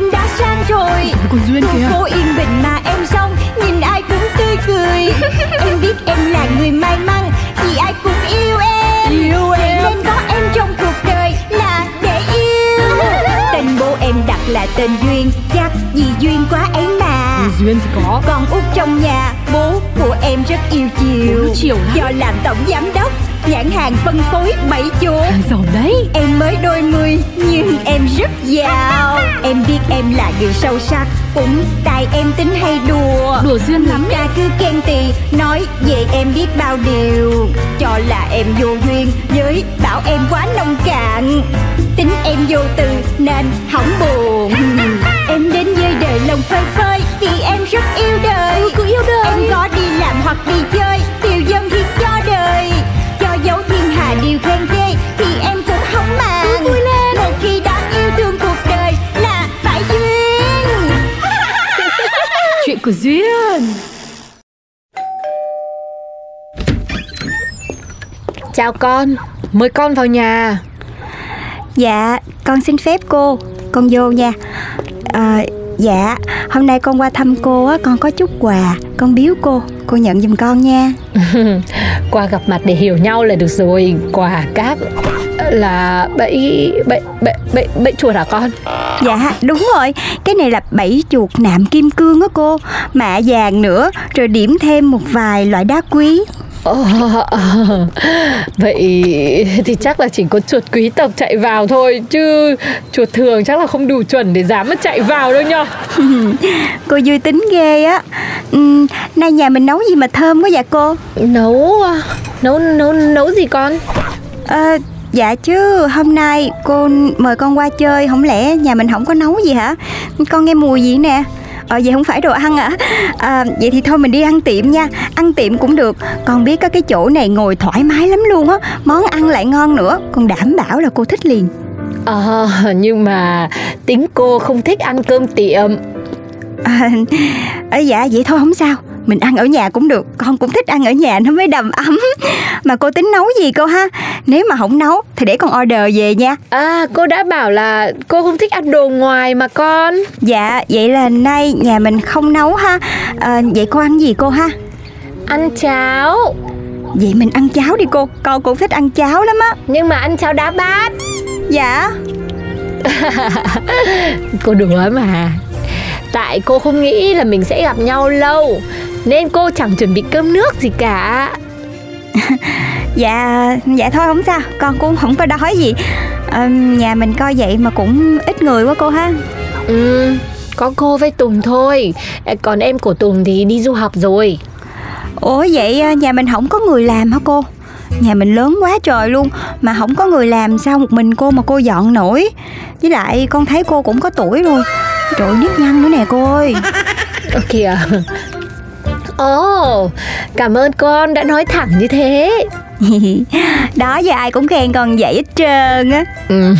À. viên thì có Con út trong nhà, bố của em rất yêu Bố chiều nó chiều lắm. Do làm tổng giám đốc, nhãn hàng phân phối bảy chỗ Hàng giàu đấy Em mới đôi mươi nhưng em rất giàu Em biết em là người sâu sắc Cũng tại em tính hay đùa Đùa duyên lắm Ra cứ khen tì Nói về em biết bao điều Cho là em vô duyên Với bảo em quá nông cạn Tính em vô từ Nên hỏng buồn Em đến với đời lòng phơi phới Vì em rất yêu đời cứ yêu đời. Em có đi làm hoặc đi chơi Tiêu dân thì cho đời Cho dấu thiên hà điều khen ghê Thì em cũng không màng vui lên Một khi đã yêu thương cuộc đời Là phải duyên Chuyện của Duyên Chào con, mời con vào nhà Dạ, con xin phép cô Con vô nha à, Dạ, hôm nay con qua thăm cô á Con có chút quà Con biếu cô, cô nhận giùm con nha Qua gặp mặt để hiểu nhau là được rồi Quà cáp là bẫy bẫy bẫy bẫy bẫy chuột hả con Dạ, đúng rồi Cái này là bảy chuột nạm kim cương á cô Mạ vàng nữa Rồi điểm thêm một vài loại đá quý Ờ, vậy thì chắc là chỉ có chuột quý tộc chạy vào thôi chứ chuột thường chắc là không đủ chuẩn để dám mà chạy vào đâu nhở Cô vui tính ghê á Ừm, Nay nhà mình nấu gì mà thơm quá dạ cô nấu à, nấu nấu nấu gì con Ờ, Dạ chứ hôm nay cô mời con qua chơi Không lẽ nhà mình không có nấu gì hả Con nghe mùi gì nè Ờ vậy không phải đồ ăn hả à, Vậy thì thôi mình đi ăn tiệm nha Ăn tiệm cũng được Con biết có cái chỗ này ngồi thoải mái lắm luôn á Món ăn lại ngon nữa Con đảm bảo là cô thích liền Ờ, nhưng mà tính cô không thích ăn cơm tiệm à, ờ, Dạ vậy thôi không sao Mình ăn ở nhà cũng được Con cũng thích ăn ở nhà nó mới đầm ấm Mà cô tính nấu gì cô ha Nếu mà không nấu thì để con order về nha À cô đã bảo là cô không thích ăn đồ ngoài mà con Dạ, vậy là nay nhà mình không nấu ha à, Vậy cô ăn gì cô ha? Ăn cháo Vậy mình ăn cháo đi cô, con cũng thích ăn cháo lắm á Nhưng mà ăn cháo đá bát Dạ Cô đùa mà Tại cô không nghĩ là mình sẽ gặp nhau lâu Nên cô chẳng chuẩn bị cơm nước gì cả Dạ, dạ thôi không sao, con cũng không có đói gì à, Nhà mình coi vậy mà cũng ít người quá cô ha Ừ có cô với Tùng thôi À, Còn em của Tùng thì đi du học rồi Ủa vậy à, nhà mình không có người làm hả cô? Nhà mình lớn quá trời luôn Mà không có người làm sao một mình cô mà cô dọn nổi Với lại con thấy cô cũng có tuổi rồi Trời ơi, nếp nhăn nữa nè cô ơi Ơ kìa Ồ cảm ơn con đã nói thẳng như thế Đó giờ ai cũng khen con vậy hết trơn á Ừm,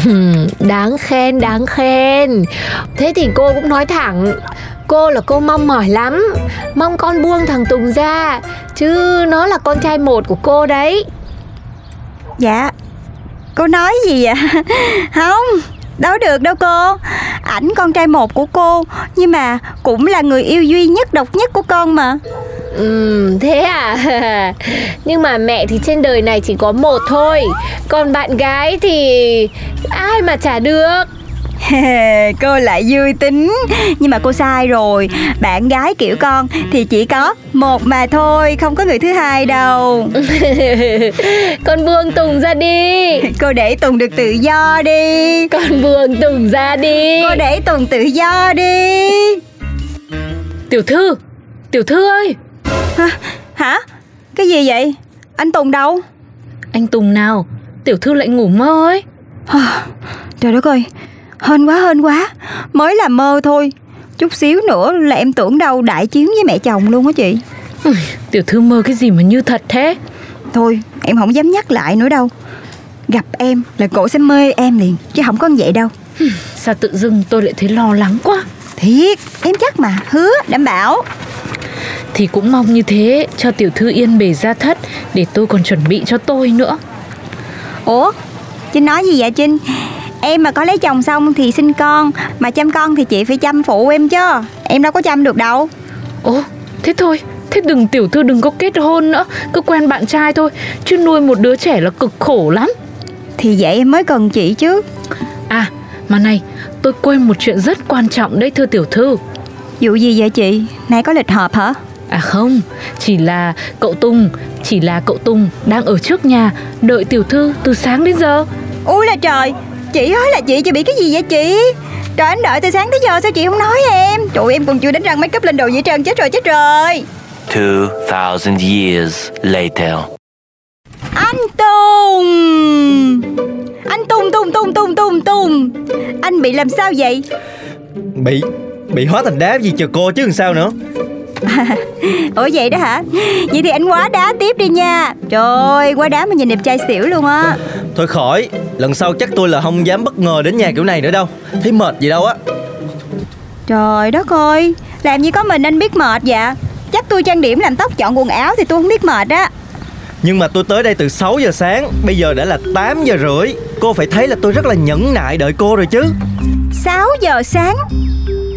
đáng khen đáng khen thế thì cô cũng nói thẳng cô là cô mong mỏi lắm mong con buông thằng tùng ra chứ nó là con trai một của cô đấy Dạ Cô nói gì vậy Không Đâu được đâu cô Ảnh con trai một của cô Nhưng mà cũng là người yêu duy nhất độc nhất của con mà Ừm, thế à nhưng mà mẹ thì trên đời này chỉ có một thôi còn bạn gái thì ai mà trả được Cô lại vui tính Nhưng mà cô sai rồi Bạn gái kiểu con thì chỉ có một mà thôi Không có người thứ hai đâu con buông tùng ra đi Cô để Tùng được tự do đi con buông tùng ra đi Cô để Tùng tự do đi tiểu thư tiểu thư ơi Hả? Cái gì vậy? Anh Tùng đâu? Anh Tùng nào Tiểu thư lại ngủ mơ ấy Trời đất ơi, hên quá hên quá, mới là mơ thôi. Chút xíu nữa là em tưởng đâu đại chiến với mẹ chồng luôn á chị. Tiểu thư mơ cái gì mà như thật thế Thôi, em không dám nhắc lại nữa đâu. Gặp em là cổ sẽ mê em liền, chứ không có như vậy đâu. Sao tự dưng tôi lại thấy lo lắng quá Thiệt, em chắc mà, hứa, đảm bảo. Thì cũng mong như thế Cho tiểu thư yên bề ra thất Để tôi còn chuẩn bị cho tôi nữa Ủa, Trinh nói gì vậy Trinh? Em mà có lấy chồng xong thì sinh con, mà chăm con thì chị phải chăm phụ em chứ. Em đâu có chăm được đâu. Ồ thế thôi Thế đừng tiểu thư đừng có kết hôn nữa Cứ quen bạn trai thôi Chứ nuôi một đứa trẻ là cực khổ lắm Thì vậy em mới cần chị chứ. À mà này Tôi quên một chuyện rất quan trọng đấy thưa tiểu thư Vụ gì vậy chị? Nay có lịch họp hả? À không, chỉ là cậu Tùng, chỉ là cậu Tùng đang ở trước nhà đợi tiểu thư từ sáng đến giờ. Úi là trời Chị ơi là chị chị bị cái gì vậy chị Trời anh đợi từ sáng tới giờ sao chị không nói em Trời em còn chưa đánh răng make up lên đồ dễ trơn chết rồi chết rồi 2,000 years later. Anh Tùng Anh Tùng Tùng Tùng Tùng Tùng Tùng Anh bị làm sao vậy bị bị hóa thành đá gì chờ cô chứ làm sao nữa Ủa vậy đó hả Vậy thì anh quá đá tiếp đi nha Trời ơi quá đá mà nhìn đẹp trai xỉu luôn á thôi khỏi lần sau chắc tôi là không dám bất ngờ đến nhà kiểu này nữa đâu thấy mệt gì đâu á Trời đất ơi Làm gì có mình anh biết mệt vậy Chắc tôi trang điểm làm tóc chọn quần áo thì tôi không biết mệt á nhưng mà tôi tới đây từ 6 giờ sáng bây giờ đã là 8 giờ rưỡi cô phải thấy là tôi rất là nhẫn nại đợi cô rồi chứ 6 giờ sáng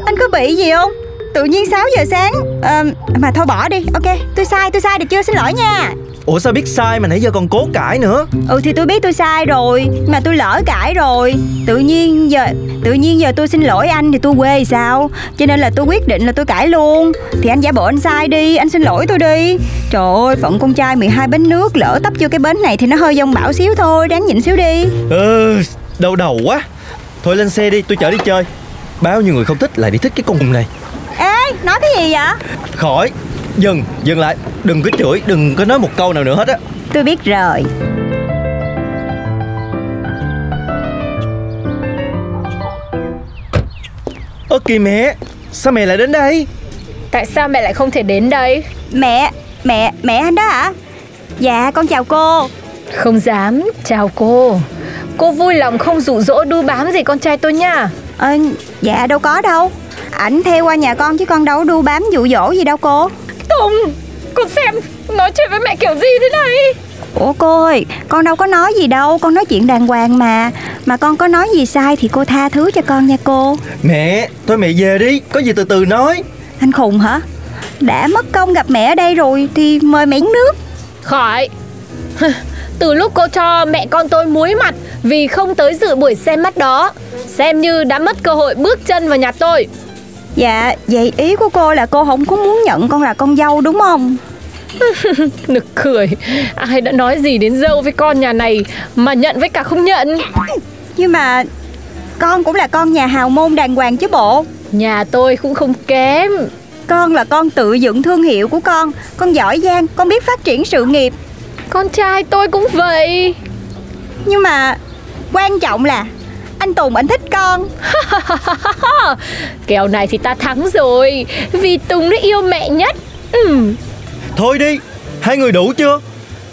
Anh có bị gì không Tự nhiên 6 giờ sáng Ờ, Mà thôi bỏ đi Ok tôi sai tôi sai được chưa xin lỗi nha ủa sao biết sai mà nãy giờ còn cố cãi nữa Ừ thì tôi biết tôi sai rồi Mà tôi lỡ cãi rồi Tự nhiên giờ Tự nhiên giờ tôi xin lỗi anh thì tôi quê sao Cho nên là tôi quyết định là tôi cãi luôn Thì anh giả bộ anh sai đi Anh xin lỗi tôi đi Trời ơi phận con trai 12 bánh nước Lỡ tấp vô cái bến này thì nó hơi dông bão xíu thôi Đáng nhịn xíu đi ừ đau đầu quá thôi lên xe đi tôi chở đi chơi bao nhiêu người không thích lại đi thích cái con này Ê nói cái gì vậy khỏi dừng dừng lại đừng có chửi đừng có nói một câu nào nữa hết á Tôi biết rồi ơ kìa mẹ sao mẹ lại đến đây Tại sao mẹ lại không thể đến đây? Mẹ, mẹ, mẹ anh đó hả? Dạ con chào cô Không dám, chào cô Cô vui lòng không dụ dỗ đu bám gì con trai tôi nha ờ, Dạ đâu có đâu Ảnh theo qua nhà con chứ con đâu có đu bám dụ dỗ gì đâu cô Tùng, con xem nói chuyện với mẹ kiểu gì thế này Ủa cô ơi, con đâu có nói gì đâu Con nói chuyện đàng hoàng mà Mà con có nói gì sai thì cô tha thứ cho con nha cô mẹ thôi mẹ về đi có gì từ từ nói Anh khùng hả? Đã mất công gặp mẹ ở đây rồi Thì mời mẹ uống nước Khỏi Từ lúc cô cho mẹ con tôi muối mặt Vì không tới dự buổi xem mắt đó Xem như đã mất cơ hội bước chân vào nhà tôi Dạ, vậy ý của cô là cô không có muốn nhận con là con dâu đúng không? Nực cười Ai đã nói gì đến dâu với con nhà này Mà nhận với cả không nhận Nhưng mà con cũng là con nhà hào môn đàng hoàng chứ bộ Nhà tôi cũng không kém Con là con tự dựng thương hiệu của con Con giỏi giang, con biết phát triển sự nghiệp Con trai tôi cũng vậy Nhưng mà quan trọng là Anh Tùng anh thích con Kèo này thì ta thắng rồi Vì Tùng nó yêu mẹ nhất Ừm, thôi đi hai người đủ chưa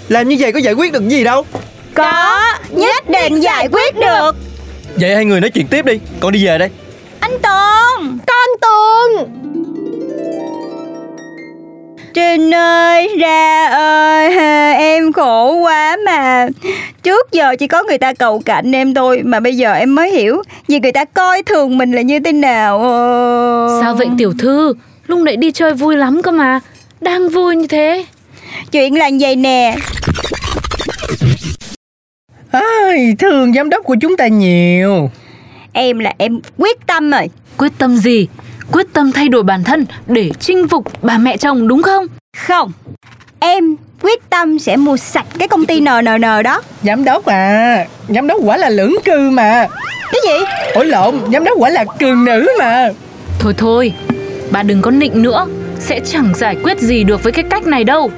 làm như vậy có giải quyết được gì đâu Có, nhất định giải quyết được vậy hai người nói chuyện tiếp đi con đi về đây Anh Tùng Con Tùng Trinh ơi, ra ơi Em khổ quá mà Trước giờ chỉ có người ta cầu cạnh em thôi Mà bây giờ em mới hiểu Vì người ta coi thường mình là như thế nào Sao vậy tiểu thư? Lúc nãy đi chơi vui lắm cơ mà. Đang vui như thế. Chuyện là vậy nè Ai, thương giám đốc của chúng ta nhiều Em là em quyết tâm rồi Quyết tâm gì? Quyết tâm thay đổi bản thân để chinh phục bà mẹ chồng đúng không? Không Em quyết tâm sẽ mua sạch cái công ty NNN đó Giám đốc à Giám đốc quả là lưỡng cư mà Cái gì? Ôi lộn Giám đốc quả là cường nữ mà Thôi thôi, bà đừng có nịnh nữa. Sẽ chẳng giải quyết gì được với cái cách này đâu.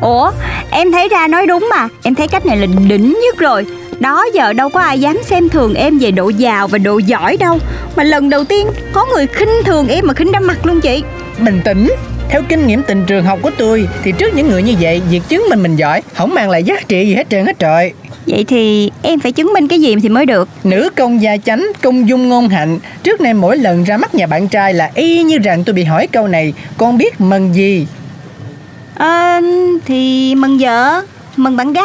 Ủa, em thấy ra nói đúng mà Em thấy cách này là đỉnh nhất rồi Đó giờ đâu có ai dám xem thường em về độ giàu và độ giỏi đâu Mà lần đầu tiên có người khinh thường em mà khinh đâm mặt luôn chị Bình tĩnh Theo kinh nghiệm tình trường học của tôi Thì trước những người như vậy Việc chứng minh mình giỏi Không mang lại giá trị gì hết trơn hết trời Vậy thì em phải chứng minh cái gì thì mới được Nữ công gia chánh Công dung ngôn hạnh Trước nay mỗi lần ra mắt nhà bạn trai Là y như rằng tôi bị hỏi câu này Con biết mần gì Ờ, thì mừng vợ, mừng bạn gái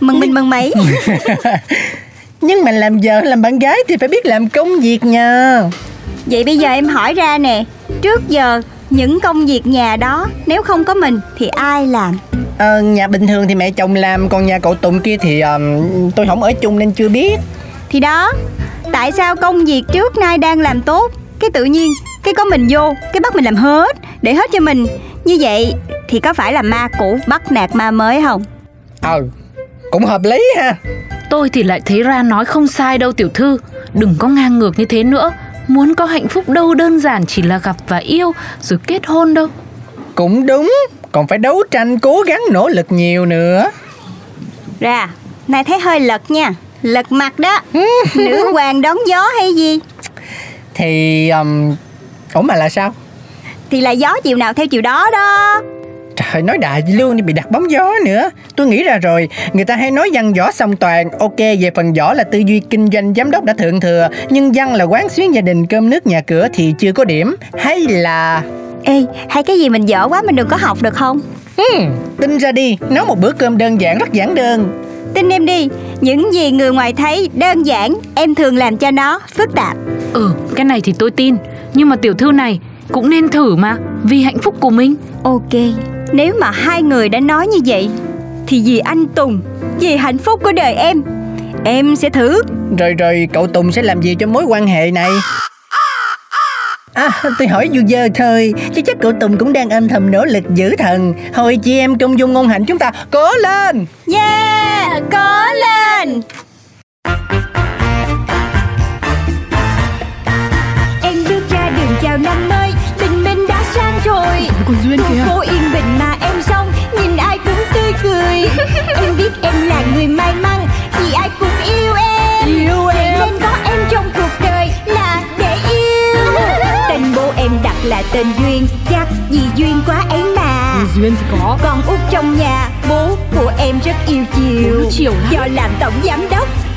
Mừng mình mừng mấy Nhưng mà làm vợ làm bạn gái Thì phải biết làm công việc nha Vậy bây giờ em hỏi ra nè Trước giờ những công việc nhà đó Nếu không có mình thì ai làm Ờ, nhà bình thường thì mẹ chồng làm còn nhà cậu Tùng kia thì ờm, tôi không ở chung nên chưa biết Thì đó Tại sao công việc trước nay đang làm tốt Cái tự nhiên cái có mình vô cái bắt mình làm hết để hết cho mình như vậy thì có phải là ma cũ bắt nạt ma mới không Ờ, cũng hợp lý ha Tôi thì lại thấy ra nói không sai đâu tiểu thư Đừng có ngang ngược như thế nữa Muốn có hạnh phúc đâu đơn giản chỉ là gặp và yêu Rồi kết hôn đâu Cũng đúng, còn phải đấu tranh cố gắng nỗ lực nhiều nữa ra này thấy hơi lật nha lật mặt đó nữ hoàng đón gió hay gì Thì... Um, ủa mà là sao? thì là gió chiều nào theo chiều đó đó Trời nói đại luôn đi bị đặt bóng gió nữa Tôi nghĩ ra rồi Người ta hay nói văn võ song toàn Ok về phần võ là tư duy kinh doanh giám đốc đã thượng thừa Nhưng văn là quán xuyến gia đình cơm nước nhà cửa thì chưa có điểm Hay là ê hay cái gì mình dở quá mình đừng có học được không hmm, Tin ra đi Nấu một bữa cơm đơn giản rất giản đơn tin em đi những gì người ngoài thấy đơn giản em thường làm cho nó phức tạp Ừ cái này thì tôi tin Nhưng mà tiểu thư này cũng nên thử mà Vì hạnh phúc của mình ok nếu mà hai người đã nói như vậy thì vì anh tùng vì hạnh phúc của đời em em sẽ thử Rồi rồi cậu Tùng sẽ làm gì cho mối quan hệ này À, tôi hỏi vui dơ thôi Chứ chắc cậu Tùng cũng đang âm thầm nỗ lực giữ thần Hồi chị em công dung ngôn hạnh chúng ta Cố lên yeah cố lên em bước ra đường chào năm mới tình mình đã sang rồi Con Duyên Khu kìa phố yên bình mà em xong Nhìn ai cũng tươi cười Em biết em là người may mắn Vì ai cũng yêu em Yêu em Nên có em trong cuộc đời Là để yêu Tên bố em đặt là tên Duyên Chắc vì duyên quá ấy mà Con Duyên thì có Con út trong nhà Bố của em rất yêu chiều Bố chiều lắm. Do làm tổng giám đốc